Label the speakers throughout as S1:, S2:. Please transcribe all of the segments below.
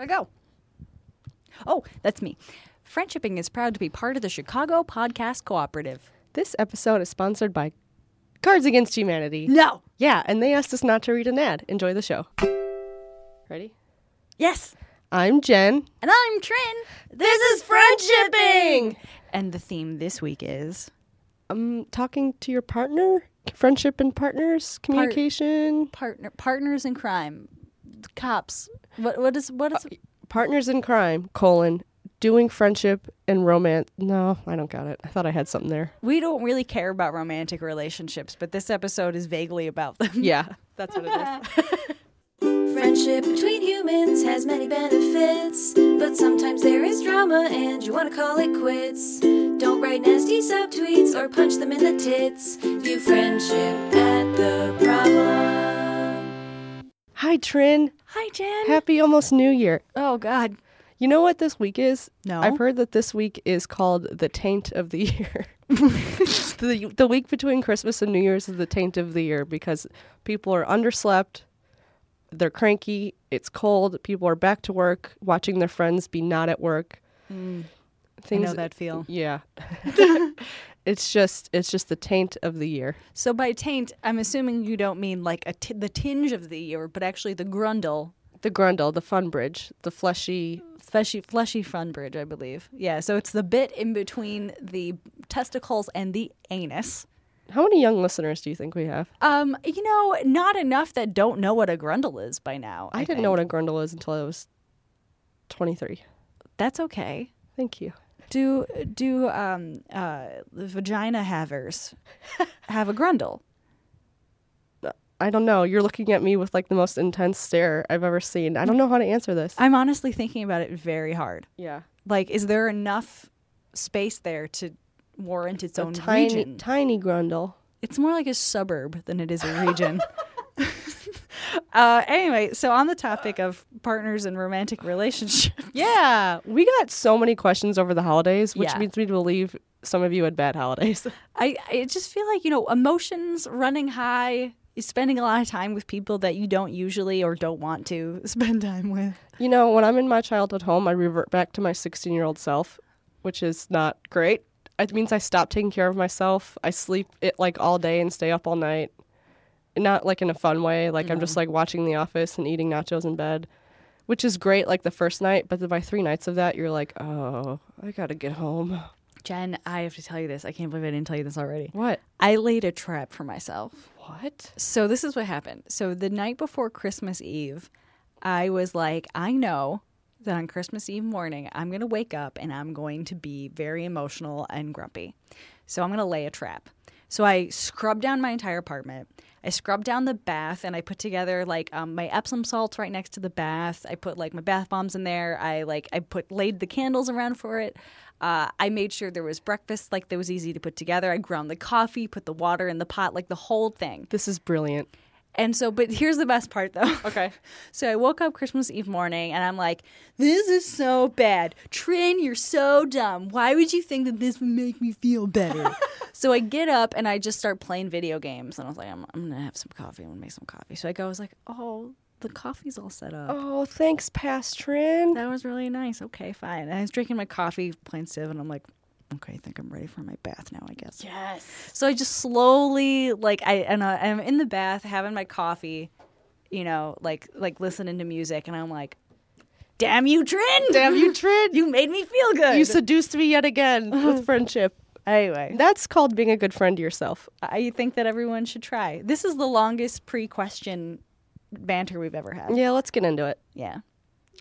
S1: to go. Oh, that's me. Friendshipping is proud to be part of the Chicago Podcast Cooperative.
S2: This episode is sponsored by Cards Against Humanity.
S1: No.
S2: Yeah, and they asked us not to read an ad. Enjoy the show. Ready?
S1: Yes.
S2: I'm Jen.
S1: And I'm Trin. This is Friendshipping. And the theme this week is
S2: I'm talking to your partner, friendship and partners, communication,
S1: partner partners in crime. Cops. What what is what is
S2: partners in crime, colon, doing friendship and romance. No, I don't got it. I thought I had something there.
S1: we don't really care about romantic relationships, but this episode is vaguely about them.
S2: Yeah, that's what it is.
S3: Friendship between humans has many benefits, but sometimes there is drama and you want to call it quits. Don't write nasty subtweets or punch them in the tits. View friendship at the problem.
S2: Hi, Trin.
S1: Hi Jen.
S2: Happy almost New Year.
S1: oh god.
S2: You know what this week is?
S1: No.
S2: I've heard that this week is called the taint of the year. the, the week between Christmas and New Year's is the taint of the year because people are underslept, they're cranky, it's cold, people are back to work, watching their friends be not at work.
S1: Mm. I
S2: Things
S1: know that feel.
S2: Yeah. it's just it's just the taint of the year.
S1: So by taint, I'm assuming you don't mean like a t- the tinge of the year, but actually the grundle
S2: The grundle, the fun bridge, the fleshy
S1: fleshy fleshy fun bridge, I believe. Yeah, so it's the bit in between the testicles and the anus.
S2: How many young listeners do you think we have?
S1: Um, you know, not enough that don't know what a grundle is by now.
S2: I, didn't know what a grundle is until I was 23.
S1: That's okay.
S2: Thank you.
S1: Do do um uh vagina havers have a grundle?
S2: I don't know. You're looking at me with like the most intense stare I've ever seen. I don't know how to answer this.
S1: I'm honestly thinking about it very hard.
S2: yeah.
S1: Like, is there enough space there to warrant its own
S2: Tiny,
S1: region?
S2: tiny grundle.
S1: It's more like a suburb than it is a region. uh, anyway, so on the topic of partners and romantic relationships,
S2: Yeah. We got so many questions over the holidays, which
S1: Yeah.
S2: leads me to believe some of you had bad holidays.
S1: I, I just feel like, you know, emotions running high, you're spending a lot of time with people that you don't usually or don't want to spend time with.
S2: you know, when I'm in my childhood home, I revert back to my 16 year old self, which is not great. It means I stop taking care of myself. I sleep it like all day and stay up all night. And Not like in a fun way. Like I'm just like watching The Office and eating nachos in bed, which is great like the first night. But then by three nights of that, you're like, oh, I gotta get home.
S1: Jen, I have to tell you this. I can't believe I didn't tell you this already.
S2: What?
S1: I laid a trap for myself.
S2: What?
S1: So this is what happened. So the night before Christmas Eve, I was like, I know that on Christmas Eve morning, I'm going to wake up and I'm going to be very emotional and grumpy. So I'm going to lay a trap. So I scrubbed down my entire apartment. I scrubbed down the bath and I put together like um, my Epsom salts right next to the bath. I put like my bath bombs in there. I like I put laid the candles around for it. Uh, I made sure there was breakfast like that was easy to put together. I ground the coffee, put the water in the pot, like the whole thing.
S2: This is brilliant.
S1: And so, but here's the best part though.
S2: Okay.
S1: So I woke up Christmas Eve morning and I'm like, this is so bad. Trin, you're so dumb. Why would you think that this would make me feel better? so I get up and I just start playing video games. And I was like, I'm, I'm going to have some coffee. I'm going to make some coffee. So I go, I was like, oh, the coffee's all set up.
S2: Oh, thanks, Pastrin.
S1: That was really nice. Okay, fine. And I was drinking my coffee, playing Civ, and I'm like, okay, I think I'm ready for my bath now, I guess. Yes. So I just slowly, like, I and I, I'm in the bath having my coffee, you know, like like listening to music, and I'm like, damn you, Trin!
S2: Damn you, Uh-huh. Trin.
S1: you made me feel good.
S2: you seduced me yet again with friendship.
S1: anyway,
S2: That's called being a good friend to yourself.
S1: I think that everyone should try. This is the longest pre-question banter we've ever had.
S2: Yeah, let's get into it.
S1: Yeah.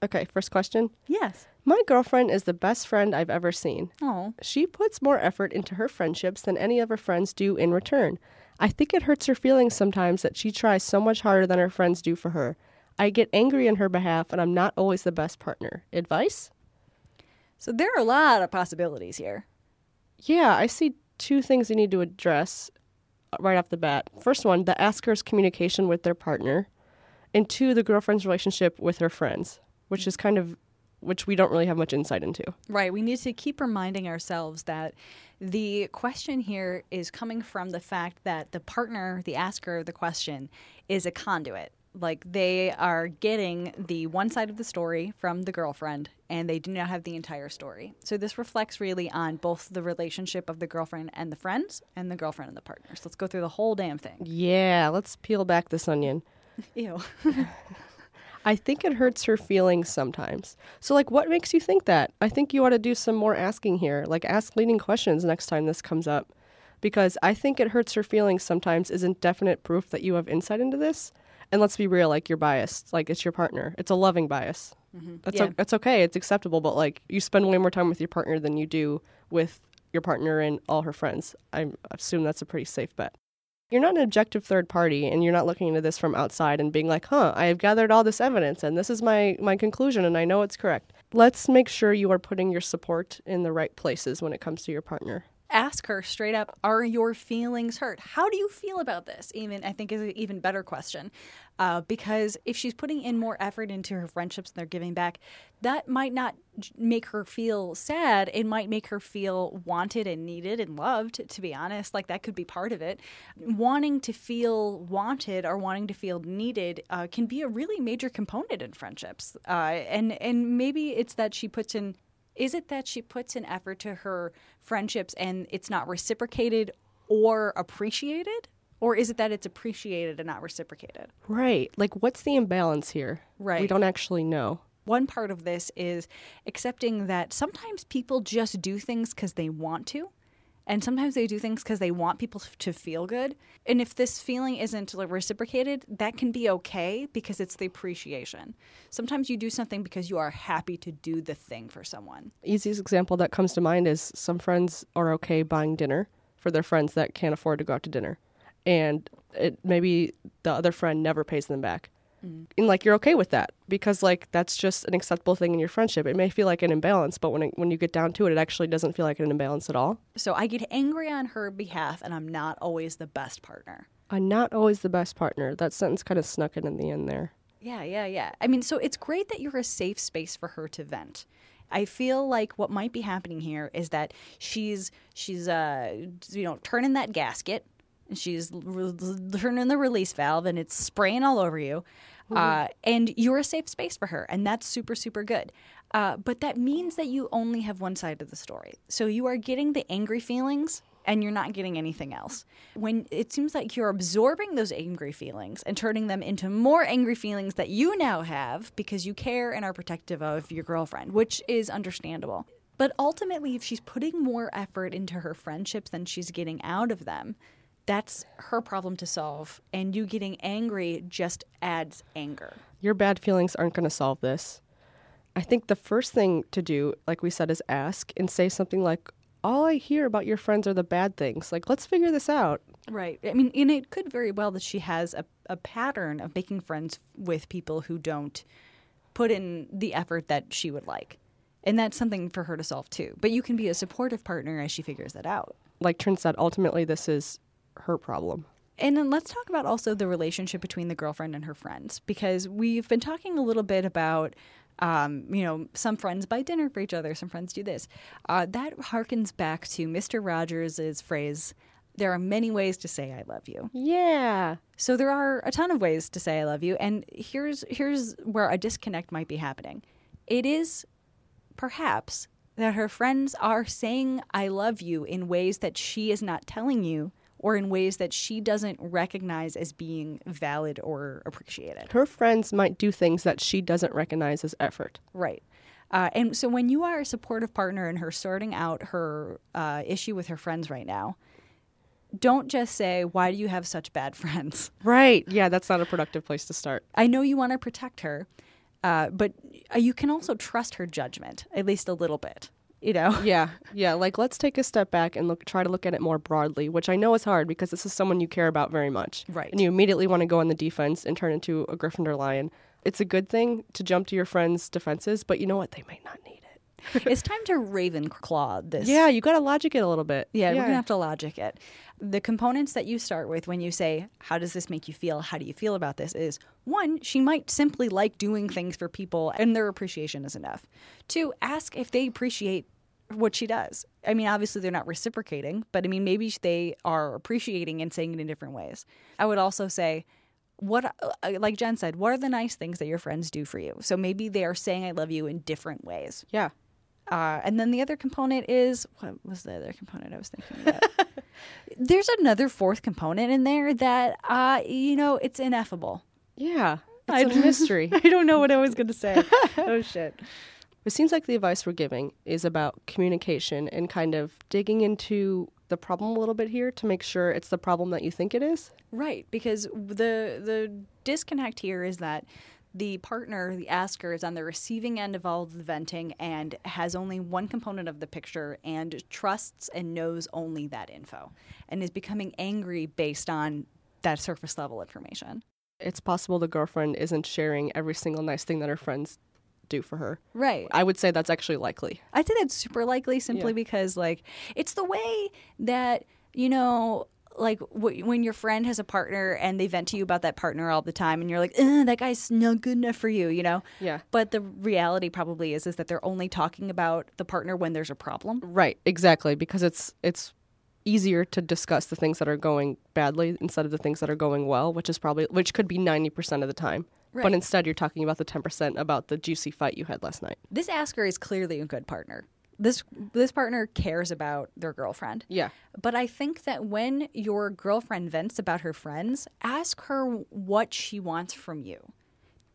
S2: Okay, first question.
S1: Yes.
S2: My girlfriend is the best friend I've ever seen.
S1: Oh.
S2: She puts more effort into her friendships than any of her friends do in return. I think it hurts her feelings sometimes that she tries so much harder than her friends do for her. I get angry on her behalf, and I'm not always the best partner. Advice?
S1: So there are a lot of possibilities here.
S2: Yeah, I see two things you need to address uh, right off the bat. First one, the asker's communication with their partner, and two, the girlfriend's relationship with her friends, which is kind of which we don't really have much insight into.
S1: Right. We need to keep reminding ourselves that the question here is coming from the fact that the partner, the asker of the question, is a conduit. like they are getting the one side of the story from the girlfriend and they do not have the entire story. So this reflects really on both the relationship of the girlfriend and the friends and the girlfriend and the partners. Let's go through the whole damn thing.
S2: Yeah, let's peel back this onion.
S1: Ew.
S2: I think it hurts her feelings sometimes. So, like, what makes you think that? I think you ought to do some more asking here. Like, ask leading questions next time this comes up. Because I think it hurts her feelings sometimes isn't definite proof that you have insight into this. And let's be real, like, you're biased. Like, it's your partner, it's a loving bias. That's,
S1: Yeah.
S2: o- that's okay, it's acceptable. But, like, you spend way more time with your partner than you do with your partner and all her friends. I assume that's a pretty safe bet you're not an objective third party and you're not looking into this from outside and being like, huh, I have gathered all this evidence and this is my, my conclusion and I know it's correct. Let's make sure you are putting your support in the right places when it comes to your partner.
S1: Ask her straight up, are your feelings hurt? How do you feel about this? Even I think is an even better question. Uh, because if she's putting in more effort into her friendships and they're giving back, that might not j- make her feel sad. It might make her feel wanted and needed and loved, to be honest. Like that could be part of it. Wanting to feel wanted or wanting to feel needed uh, can be a really major component in friendships. Uh, and, and maybe it's that she puts in is it that she puts an effort to her friendships and it's not reciprocated or appreciated? Or is it that it's appreciated and not reciprocated?
S2: Right. Like, what's the imbalance here? We
S1: Right.
S2: don't actually know.
S1: One part of this is accepting that sometimes people just do things because they want to. And sometimes they do things because they want people f- to feel good. And if this feeling isn't like, reciprocated, that can be okay because it's the appreciation. Sometimes you do something because you are happy to do the thing for someone.
S2: Easiest example that comes to mind is some friends are okay buying dinner for their friends that can't afford to go out to dinner. And it maybe the other friend never pays them back. And like you're okay with that because like that's just an acceptable thing in your friendship. It may feel like an imbalance, but when it, when you get down to it, it actually doesn't feel like an imbalance at all.
S1: So I get angry on her behalf, and I'm not always the best partner.
S2: I'm not always the best partner. That sentence kind of snuck in in the end there.
S1: Yeah, yeah, yeah. I mean, so it's great that you're a safe space for her to vent. I feel like what might be happening here is that she's she's uh you know turning that gasket and she's re- turning the release valve and it's spraying all over you. Uh, and you're a safe space for her, and that's super, super good. Uh, but that means that you only have one side of the story. So you are getting the angry feelings and you're not getting anything else. When it seems like you're absorbing those angry feelings and turning them into more angry feelings that you now have because you care and are protective of your girlfriend, which is understandable. But ultimately, if she's putting more effort into her friendships than she's getting out of them, that's her problem to solve. And you getting angry just adds anger.
S2: your bad feelings aren't going to solve this. I think the first thing to do, like we said, is ask and say something like, All I hear about your friends are the bad things. Like, let's figure this out.
S1: Right. I mean, and it could very well that she has a, a pattern of making friends with people who don't put in the effort that she would like. And that's something for her to solve too. But you can be a supportive partner as she figures that out.
S2: Like Trin said, ultimately, this is her problem.
S1: And then let's talk about also the relationship between the girlfriend and her friends, because we've been talking a little bit about, um, you know, some friends buy dinner for each other, some friends do this. Uh, that harkens back to Mr. Rogers' phrase, there are many ways to say I love you.
S2: Yeah.
S1: So there are a ton of ways to say I love you, and here's here's where a disconnect might be happening. It is perhaps that her friends are saying I love you in ways that she is not telling you or in ways that she doesn't recognize as being valid or appreciated.
S2: Her friends might do things that she doesn't recognize as effort.
S1: Right. Uh, and so when you are a supportive partner and her sorting out her uh, issue with her friends right now, don't just say, Why do you have such bad friends?
S2: Right. Yeah, that's not a productive place to start.
S1: I know you want to protect her, uh, but uh, you can also trust her judgment, at least a little bit. You know?
S2: Yeah, yeah. Like, let's take a step back and look, try to look at it more broadly, which I know is hard because this is someone you care about very much.
S1: Right.
S2: And you immediately want to go on the defense and turn into a Gryffindor lion. It's a good thing to jump to your friend's defenses, but you know what? They might not need it.
S1: it's time to Ravenclaw this.
S2: Yeah, you got to logic it a little bit.
S1: Yeah, we're going to have to logic it. The components that you start with when you say, How does this make you feel? How do you feel about this? is one, she might simply like doing things for people and their appreciation is enough. Two, ask if they appreciate what she does. I mean, obviously they're not reciprocating, but I mean, maybe they are appreciating and saying it in different ways. I would also say, what uh, like Jen said, what are the nice things that your friends do for you? So maybe they are saying I love you in different ways.
S2: Yeah.
S1: Uh, and then the other component is what was the other component I was thinking about? There's another fourth component in there that uh, you know it's ineffable.
S2: Yeah.
S1: I
S2: It's a mystery.
S1: I don't know what I was going to say. oh shit.
S2: It seems like the advice we're giving is about communication and kind of digging into the problem a little bit here to make sure it's the problem that you think it is.
S1: Right, because the the disconnect here is that the partner, the asker, is on the receiving end of all the venting and has only one component of the picture and trusts and knows only that info and is becoming angry based on that surface level information.
S2: It's possible the girlfriend isn't sharing every single nice thing that her friends do for her.
S1: Right.
S2: I would say that's actually likely.
S1: I'd say that's super likely simply
S2: Yeah.
S1: because like it's the way that you know like w- when your friend has a partner and they vent to you about that partner all the time and you're like Ugh, that guy's not good enough for you you know
S2: Yeah.
S1: but the reality probably is is that they're only talking about the partner when there's a problem
S2: Right, exactly, because it's it's easier to discuss the things that are going badly instead of the things that are going well, which is probably which could be 90% of the time.
S1: Right.
S2: But instead you're talking about the 10% about the juicy fight you had last night.
S1: this asker is clearly a good partner this this partner cares about their girlfriend
S2: Yeah.
S1: But I think that when your girlfriend vents about her friends, ask her what she wants from you.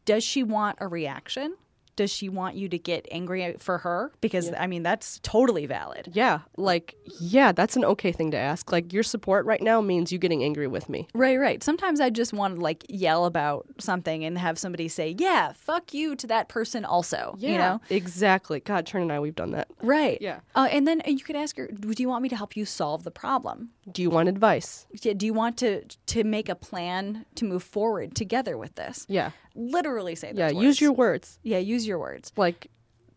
S1: Does she want a reaction? Does she want you to get angry at- for her? Because, I mean, that's totally valid.
S2: Yeah, like yeah, that's an okay thing to ask. Like your support right now means you getting angry with me.
S1: Right, right. Sometimes I just want to like yell about something and have somebody say, yeah, fuck you to that person also. You know?
S2: Exactly. God, Turn and I we've done that.
S1: Right.
S2: Yeah.
S1: Uh, and then you could ask her, do you want me to help you solve the problem?
S2: Do you want advice?
S1: Do you want to to make a plan to move forward together with this?
S2: Yeah.
S1: Literally say those
S2: Yeah,
S1: words.
S2: use your words.
S1: Yeah, use your words.
S2: Like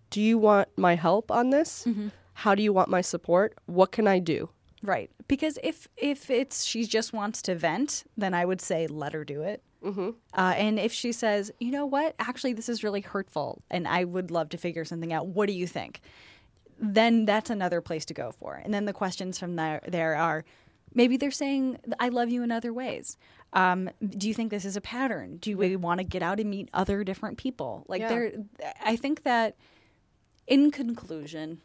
S2: do you want my help on this? How do you want my support? What can I do?
S1: Right. Because if if it's she just wants to vent, then I would say let her do it. Mm-hmm. Uh, and if she says, you know what, actually this is really hurtful, and I would love to figure something out. What do you think? Then that's another place to go for. And then the questions from there there are. Maybe they're saying, I love you in other ways. Um, do you think this is a pattern? Do we want to get out and meet other different people? Like,
S2: Yeah.
S1: there, I think that in conclusion,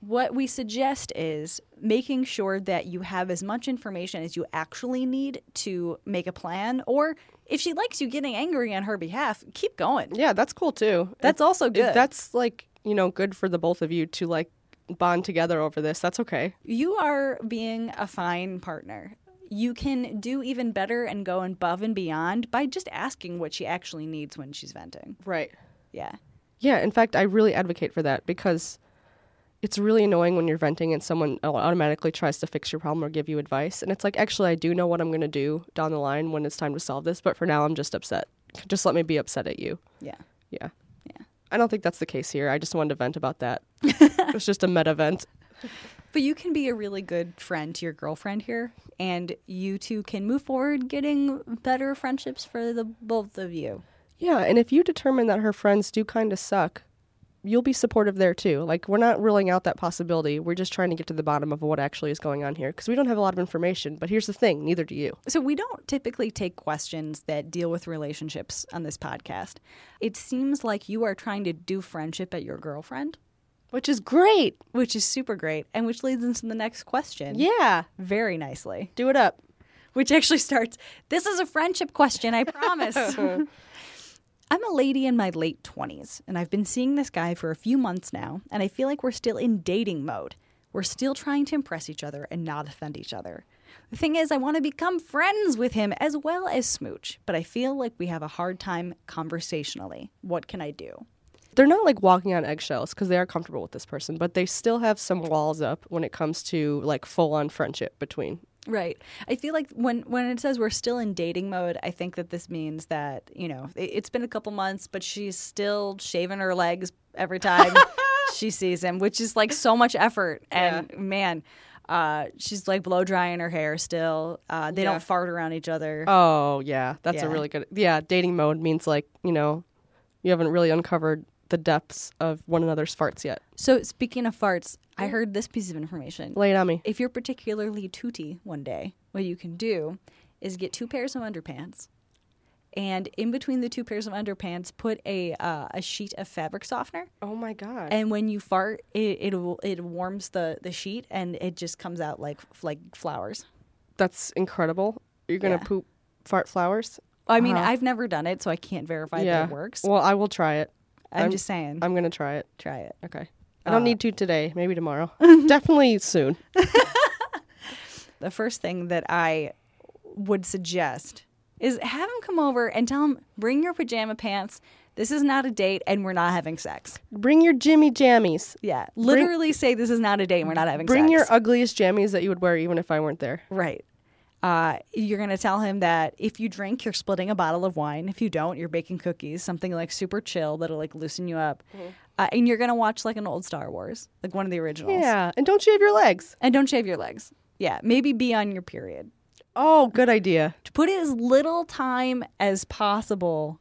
S1: what we suggest is making sure that you have as much information as you actually need to make a plan, or if she likes you getting angry on her behalf, keep going.
S2: Yeah, that's cool too.
S1: That's
S2: If-
S1: also
S2: if
S1: good.
S2: that's like, you know, good for the both of you to like bond together over this. That's okay.
S1: You are being a fine partner. You can do even better and go above and beyond by just asking what she actually needs when she's venting.
S2: Right.
S1: Yeah.
S2: Yeah, in fact, I really advocate for that because it's really annoying when you're venting and someone au- automatically tries to fix your problem or give you advice. And it's like, actually, I do know what I'm going to do down the line when it's time to solve this, but for now, I'm just upset. Just let me be upset at you.
S1: Yeah.
S2: Yeah.
S1: Yeah.
S2: I don't think that's the case here. I just wanted to vent about that. it was just a meta vent.
S1: But you can be a really good friend to your girlfriend here, and you two can move forward getting better friendships for the both of you.
S2: Yeah, and if you determine that her friends do kind of suck, you'll be supportive there too. Like we're not ruling out that possibility. We're just trying to get to the bottom of what actually is going on here because we don't have a lot of information. But here's the thing, neither do you.
S1: So, we don't typically take questions that deal with relationships on this podcast. It seems like you are trying to do friendship at your girlfriend,
S2: Which is great.
S1: which is super great, and which leads into the next question
S2: Yeah.
S1: very nicely,
S2: Do it up.
S1: which actually starts This is a friendship question, I promise. I'm a lady in my late 20s, and I've been seeing this guy for a few months now, and I feel like we're still in dating mode. We're still trying to impress each other and not offend each other. The thing is, I want to become friends with him as well as smooch, but I feel like we have a hard time conversationally. What can I do?
S2: They're not like walking on eggshells because they are comfortable with this person, but they still have some walls up when it comes to like full on friendship between.
S1: Right. I feel like when when it says we're still in dating mode, I think that this means that you know it, it's been a couple months, but she's still shaving her legs every time she sees him, which is like so much effort. And man, uh, she's like blow drying her hair still. Uh, they
S2: Yeah.
S1: don't fart around each other.
S2: Oh, yeah. That's a
S1: Yeah.
S2: really good. Yeah, dating mode means like, you know, you haven't really uncovered the depths of one another's farts yet.
S1: so speaking of farts, I heard this piece of information.
S2: Lay it on me.
S1: If you're particularly tooty one day, what you can do is get two pairs of underpants and in between the two pairs of underpants, put a uh, a sheet of fabric softener.
S2: Oh my god.
S1: And when you fart, it it, will- it warms the, the sheet and it just comes out like like flowers.
S2: That's incredible. You're gonna
S1: Yeah.
S2: poop fart flowers.
S1: I mean,
S2: Wow.
S1: I've never done it, so I can't verify that it works.
S2: Uh-huh. Well, I will try it.
S1: I'm,
S2: I'm-
S1: just saying,
S2: I'm gonna try it.
S1: try it.
S2: Okay. I don't
S1: Uh,
S2: need to today. Maybe tomorrow. Definitely soon.
S1: The first thing that I would suggest is have him come over and tell him bring your pajama pants. This is not a date, and we're not having sex.
S2: Bring your Jimmy jammies.
S1: Yeah, literally say this is not a date. and We're not having.
S2: Bring
S1: sex.
S2: your ugliest jammies that you would wear even if I weren't there.
S1: Right. Uh, you're going to tell him that if you drink, you're splitting a bottle of wine. If you don't, you're baking cookies, something like super chill that'll like loosen you up.
S2: Mm-hmm.
S1: Uh, and you're going to watch like an old Star Wars, like one of the originals.
S2: Yeah. And don't shave your legs.
S1: And don't shave your legs. Yeah. Maybe be on your period.
S2: Oh, good idea.
S1: To put as little time as possible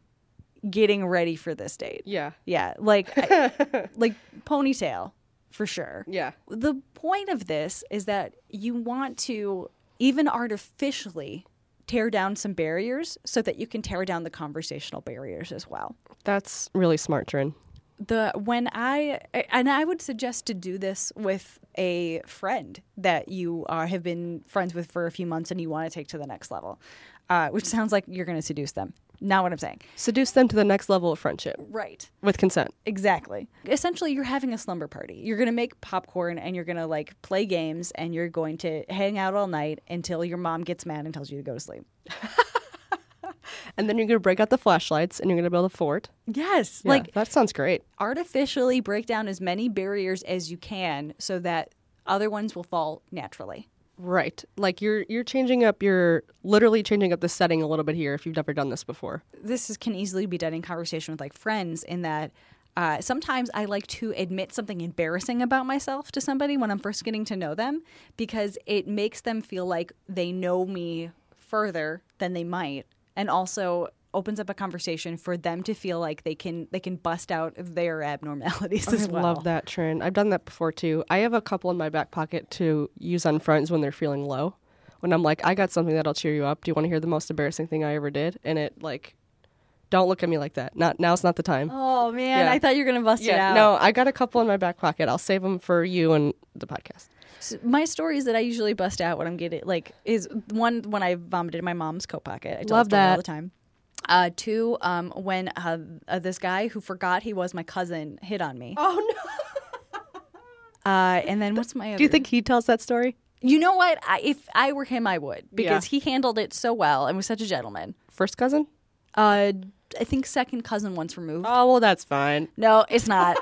S1: getting ready for this date.
S2: Yeah.
S1: Yeah. Like, I- like ponytail for sure
S2: Yeah.
S1: the point of this is that you want to even artificially tear down some barriers so that you can tear down the conversational barriers as well.
S2: That's really smart, Trin.
S1: The when I and I would suggest to do this with a friend that you are, have been friends with for a few months and you want to take to the next level, uh, which sounds like you're going to seduce them. Not what I'm saying.
S2: Seduce them to the next level of friendship
S1: Right.
S2: with consent.
S1: Exactly. Essentially, you're having a slumber party. You're going to make popcorn and you're going to like play games and you're going to hang out all night until your mom gets mad and tells you to go to sleep.
S2: And then you're going to break out the flashlights and you're going to build a fort.
S1: Yes.
S2: Yeah,
S1: Like
S2: that sounds great.
S1: artificially break down as many barriers as you can so that other ones will fall naturally.
S2: Right. Like you're you're changing up your literally changing up the setting a little bit here if you've never done this before.
S1: This is, can easily be done in conversation with like friends in that. Uh, sometimes I like to admit something embarrassing about myself to somebody when I'm first getting to know them because it makes them feel like they know me further than they might and also opens up a conversation for them to feel like they can they can bust out their abnormalities as
S2: I
S1: well.
S2: love that trend. I've done that before too. I have a couple in my back pocket to use on friends when they're feeling low. When I'm like, I got something that'll cheer you up. Do you want to hear the most embarrassing thing I ever did? And it like, don't look at me like that. Not now's not the time.
S1: Oh man,
S2: Yeah.
S1: I thought you were going to bust it out.
S2: no, I got a couple in my back pocket. I'll save them for you and the podcast.
S1: So my stories that I usually bust out when I'm getting like is one when I vomited in my mom's coat pocket. I tell
S2: Love
S1: the story all
S2: that.
S1: the time. Uh, two, um, when uh, uh, this guy who forgot he was my cousin hit on me.
S2: Oh no!
S1: Uh, and then what's my? Other?
S2: Do you think he tells that story?
S1: You know what? I, if I were him, I would because
S2: Yeah.
S1: he handled it so well and was such a gentleman.
S2: First cousin?
S1: Uh, I think second cousin once removed.
S2: Oh well, that's fine.
S1: No, it's not.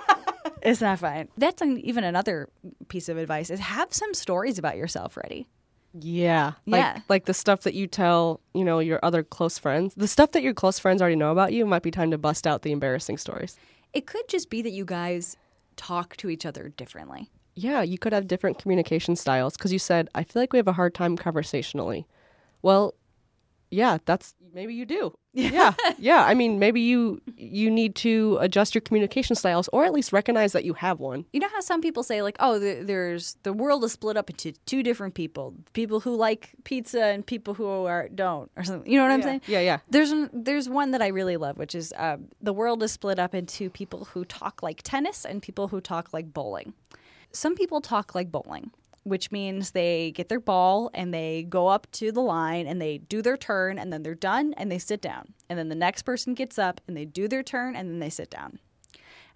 S1: it's not fine. That's an, even another piece of advice is have some stories about yourself ready.
S2: Yeah. Like
S1: Yeah.
S2: like the stuff that you tell, you know, your other close friends. The stuff that your close friends already know about you might be time to bust out the embarrassing stories.
S1: It could just be that you guys talk to each other differently.
S2: Yeah, you could have different communication styles cuz you said, "I feel like we have a hard time conversationally." Well, yeah, that's maybe you do. Yeah. yeah, I mean, maybe you you need to adjust your communication styles or at least recognize that you have one.
S1: You know how some people say like, "Oh, the, there's the world is split up into two different people: people who like pizza and people who are don't," or something. You know what I'm saying?
S2: Yeah, yeah.
S1: There's an, there's one that I really love, which is um, the world is split up into people who talk like tennis and people who talk like bowling. Some people talk like bowling, which means they get their ball and they go up to the line and they do their turn and then they're done and they sit down. And then the next person gets up and they do their turn and then they sit down.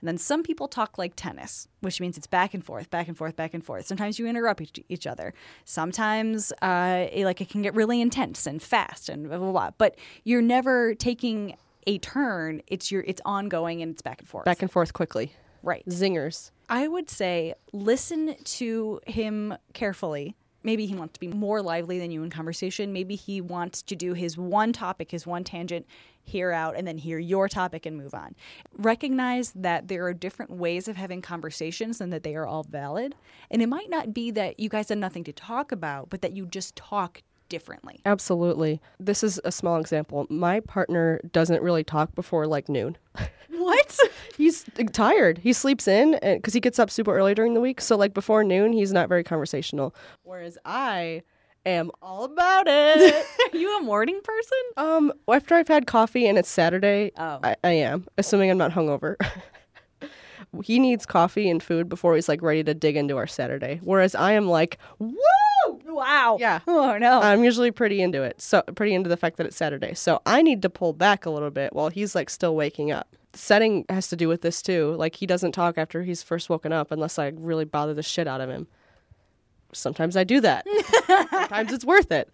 S1: And then some people talk like tennis, which means it's back and forth, back and forth, back and forth. Sometimes you interrupt each, each other. Sometimes, uh, it- like it can get really intense and fast and blah blah blah. But you're never taking a turn. It's your it's ongoing and it's back and forth.
S2: Back and forth quickly.
S1: right.
S2: Zingers.
S1: I would say listen to him carefully. Maybe he wants to be more lively than you in conversation. Maybe he wants to do his one topic, his one tangent, hear out, and then hear your topic and move on. Recognize that there are different ways of having conversations and that they are all valid. And it might not be that you guys have nothing to talk about, but that you just talk differently.
S2: Absolutely. This is a small example. My partner doesn't really talk before like noon.
S1: What?
S2: He's tired. He sleeps in because he gets up super early during the week. So, like before noon, he's not very conversational. Whereas I am all about it.
S1: Are you a morning person?
S2: um, after I've had coffee and it's Saturday,
S1: Oh.
S2: I, I am assuming I'm not hungover. he needs coffee and food before he's like ready to dig into our Saturday, whereas I am like, woo!
S1: Wow.
S2: Yeah.
S1: Oh no.
S2: I'm usually pretty into it. So pretty into the fact that it's Saturday. So I need to pull back a little bit while he's like still waking up. Setting has to do with this too. Like he doesn't talk after he's first woken up unless I really bother the shit out of him. Sometimes I do that. Sometimes it's worth it.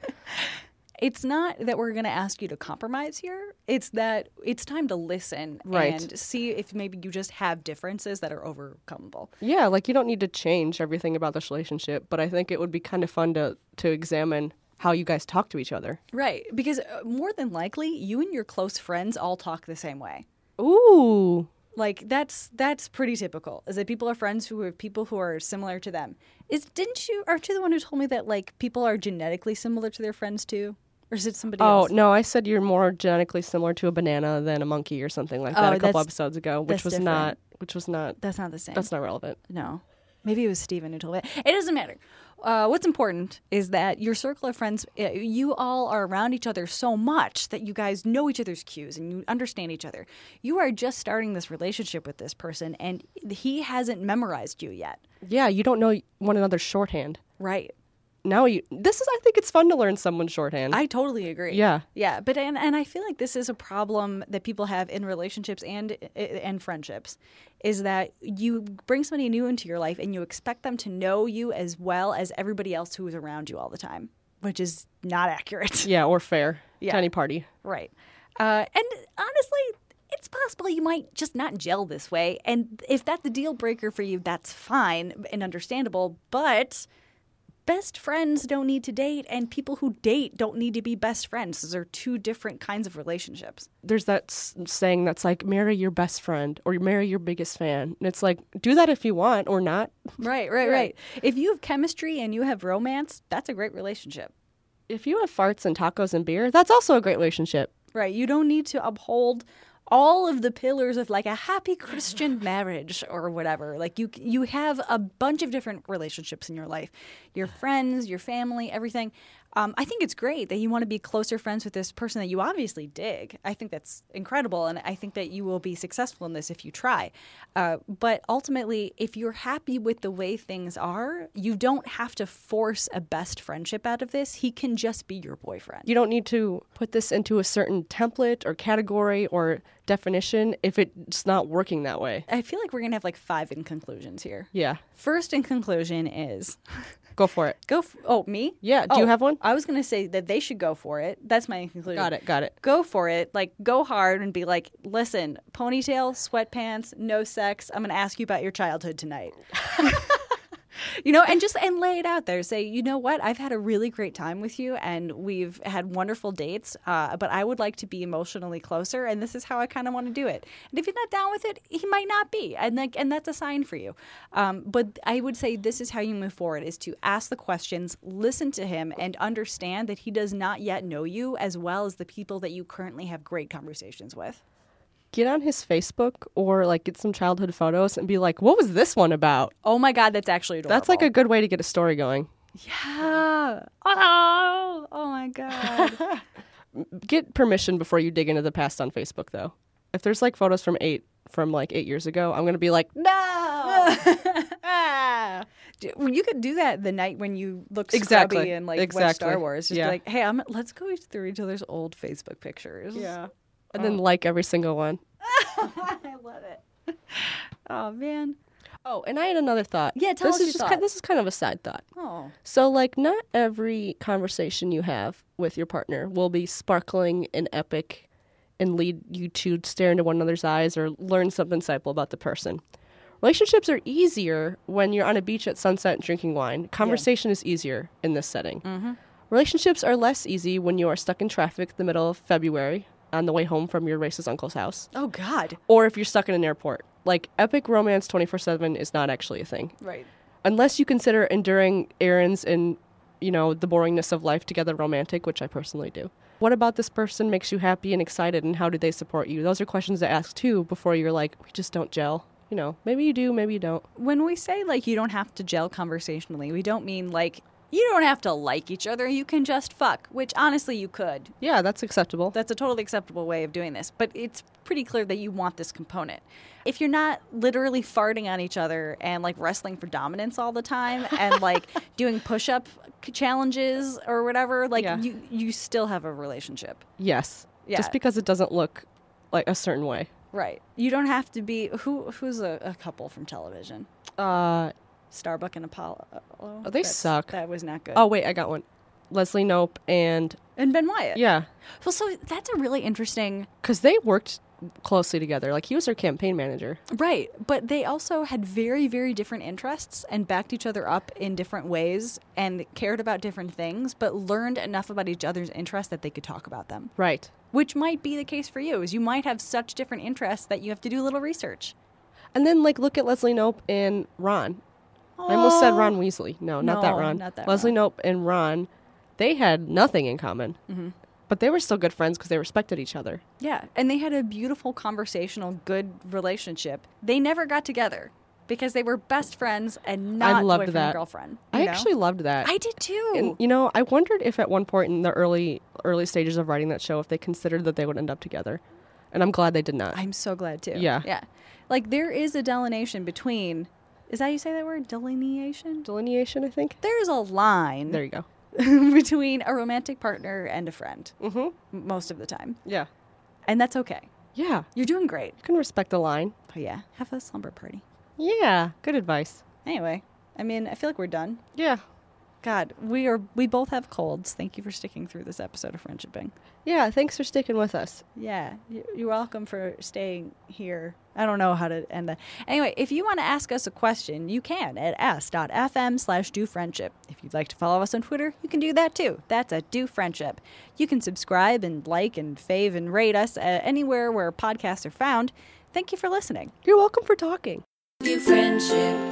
S1: it's not that we're going to ask you to compromise here. It's that it's time to listen
S2: Right.
S1: and see if maybe you just have differences that are overcomable.
S2: Yeah, like you don't need to change everything about this relationship, but I think it would be kind of fun to to examine how you guys talk to each other.
S1: Right. Because uh, more than likely, you and your close friends all talk the same way.
S2: Ooh.
S1: Like that's that's pretty typical. Is that people are friends who are people who are similar to them? Is didn't you aren't you the one who told me that like people are genetically similar to their friends too, or is it somebody
S2: Oh
S1: else?
S2: no, I said you're more genetically similar to a banana than a monkey or something like that
S1: Oh,
S2: a couple
S1: that's-
S2: episodes ago, which
S1: that's
S2: was
S1: different.
S2: not which was not
S1: That's not the same.
S2: That's not relevant.
S1: No. Maybe it was Steven who told me. It doesn't matter. Uh, what's important is that your circle of friends, uh, you all are around each other so much that you guys know each other's cues and you understand each other. You are just starting this relationship with this person, and he hasn't memorized you yet.
S2: Yeah, you don't know one another's shorthand.
S1: Right.
S2: Now you. This is. I think it's fun to learn someone's shorthand.
S1: I totally agree.
S2: Yeah.
S1: Yeah, but and, and I feel like this is a problem that people have in relationships and and friendships is that you bring somebody new into your life and you expect them to know you as well as everybody else who is around you all the time, which is not accurate.
S2: yeah, or fair.
S1: Yeah.
S2: Tiny party.
S1: Right. Uh, and honestly, it's possible you might just not gel this way. And if that's a deal breaker for you, that's fine and understandable. But best friends don't need to date, and people who date don't need to be best friends. Those are two different kinds of relationships.
S2: There's that s- saying that's like marry your best friend or marry your biggest fan, and it's like do that if you want or not.
S1: Right, right, right. If you have chemistry and you have romance, that's a great relationship.
S2: If you have farts and tacos and beer, that's also a great relationship.
S1: Right. You don't need to uphold all of the pillars of like a happy Christian marriage or whatever. Like you you have a bunch of different relationships in your life. Your friends, your family, everything. Um, I think it's great that you want to be closer friends with this person that you obviously dig. I think that's incredible, and I think that you will be successful in this if you try. Uh, but ultimately, if you're happy with the way things are, you don't have to force a best friendship out of this. He can just be your boyfriend.
S2: You don't need to put this into a certain template or category or definition if it's not working that way.
S1: I feel like we're going to have like five in conclusions here.
S2: Yeah,
S1: First in conclusion is
S2: go for it.
S1: go. F- oh, me?
S2: Yeah, do you
S1: Oh,
S2: have one?
S1: I was going to say that they should go for it. That's my conclusion.
S2: Got it. Got it.
S1: Go for it. Like, go hard and be like, listen, ponytail, sweatpants, no sex. I'm going to ask you about your childhood tonight. you know, and just and lay it out there. Say, you know what? I've had a really great time with you, and we've had wonderful dates. Uh, but I would like to be emotionally closer, and this is how I kind of want to do it. And if you're not down with it, he might not be, and like, and that's a sign for you. Um, but I would say this is how you move forward: is to ask the questions, listen to him, and understand that he does not yet know you as well as the people that you currently have great conversations with.
S2: get on his Facebook or like get some childhood photos and be like, what was this one about?
S1: Oh my God, that's actually adorable.
S2: That's like a good way to get a story going.
S1: yeah. Oh, oh my God.
S2: Get permission before you dig into the past on Facebook though. If there's like photos from eight from like eight years ago, I'm gonna be like, no. Ah.
S1: Do- well, You could do that the night when you look scrubby
S2: Exactly.
S1: and like watch
S2: Exactly.
S1: Star Wars. Just be
S2: Yeah.
S1: like, hey, I'm let's go through each other's old Facebook pictures.
S2: And then like every single one.
S1: I love it. Oh man.
S2: Oh, and I had another thought.
S1: Yeah, tell
S2: this
S1: us
S2: is
S1: your
S2: just ki-
S1: thought.
S2: this is kind of a side thought.
S1: Oh.
S2: So like not every conversation you have with your partner will be sparkling and epic and lead you to stare into one another's eyes or learn something insightful about the person. Relationships are easier when you're on a beach at sunset and drinking wine. Conversation is easier in this setting. Relationships are less easy when you are stuck in traffic the middle of February on the way home from your racist uncle's house
S1: Oh God.
S2: or if you're stuck in an airport. Like epic romance 24/7 is not actually a thing
S1: Right.
S2: unless you consider enduring errands and you know the boringness of life together romantic which i personally do what about this person makes you happy and excited and how do they support you those are questions to ask too before you're like we just don't gel you know maybe you do maybe you don't
S1: When we say like you don't have to gel conversationally, we don't mean like You don't have to like each other. You can just fuck, which honestly you could.
S2: Yeah, that's acceptable.
S1: That's a totally acceptable way of doing this, but it's pretty clear that you want this component. If you're not literally farting on each other and like wrestling for dominance all the time and like doing push up challenges or whatever, like
S2: Yeah.
S1: you, you still have a relationship.
S2: yes.
S1: Yeah.
S2: Just because it doesn't look like a certain way.
S1: Right. You don't have to be who who's a, a couple from television?
S2: Uh,
S1: Starbuck and Apollo. Oh,
S2: they suck.
S1: That was not good.
S2: oh, wait, I got one. Leslie Nope and,
S1: and Ben Wyatt.
S2: yeah,
S1: Well, so that's a really interesting
S2: because they worked closely together. Like, he was her campaign manager.
S1: Right, but they also had very, very different interests and backed each other up in different ways and cared about different things, but learned enough about each other's interests that they could talk about them.
S2: Right.
S1: Which might be the case for you, is you might have such different interests that you have to do a little research.
S2: And then, like, look at Leslie Nope and Ron. I almost said Ron Weasley. No, not that
S1: No,
S2: Ron.
S1: not that
S2: Leslie
S1: Ron.
S2: Nope and Ron, they had nothing in common.
S1: Mm-hmm.
S2: But they were still good friends because they respected each other.
S1: Yeah, and they had a beautiful conversational, good relationship. They never got together because they were best friends and not
S2: I loved
S1: boyfriend
S2: that.
S1: and girlfriend.
S2: I
S1: you know?
S2: actually loved that.
S1: I did too.
S2: and, you know, I wondered if at one point in the early early stages of writing that show, if they considered that they would end up together, and I'm glad they did not.
S1: I'm so glad too.
S2: Yeah.
S1: Yeah. Like there is a delineation between is that how you say that word? Delineation?
S2: Delineation, I think.
S1: There is a line
S2: Mm-hmm. There you go.
S1: between a romantic partner and a friend
S2: Mm-hmm.
S1: m- most of the time.
S2: Yeah.
S1: And that's okay.
S2: Yeah.
S1: You're doing great.
S2: You can respect the line.
S1: But yeah, have a slumber party.
S2: Yeah. Good advice.
S1: Anyway, I mean, I feel like we're done.
S2: Yeah.
S1: God, we are we both have colds. Thank you for sticking through this episode of Friendshiping.
S2: Yeah. Thanks for sticking with us.
S1: Yeah, y- you're welcome for staying here. I don't know how to end that. Anyway, if you want to ask us a question, you can at s.fm slash do friendship. If you'd like to follow us on Twitter, you can do that too. That's at do friendship. You can subscribe and like and fave and rate us uh, anywhere where podcasts are found. Thank you for listening.
S2: You're welcome for talking.
S3: Do friendship.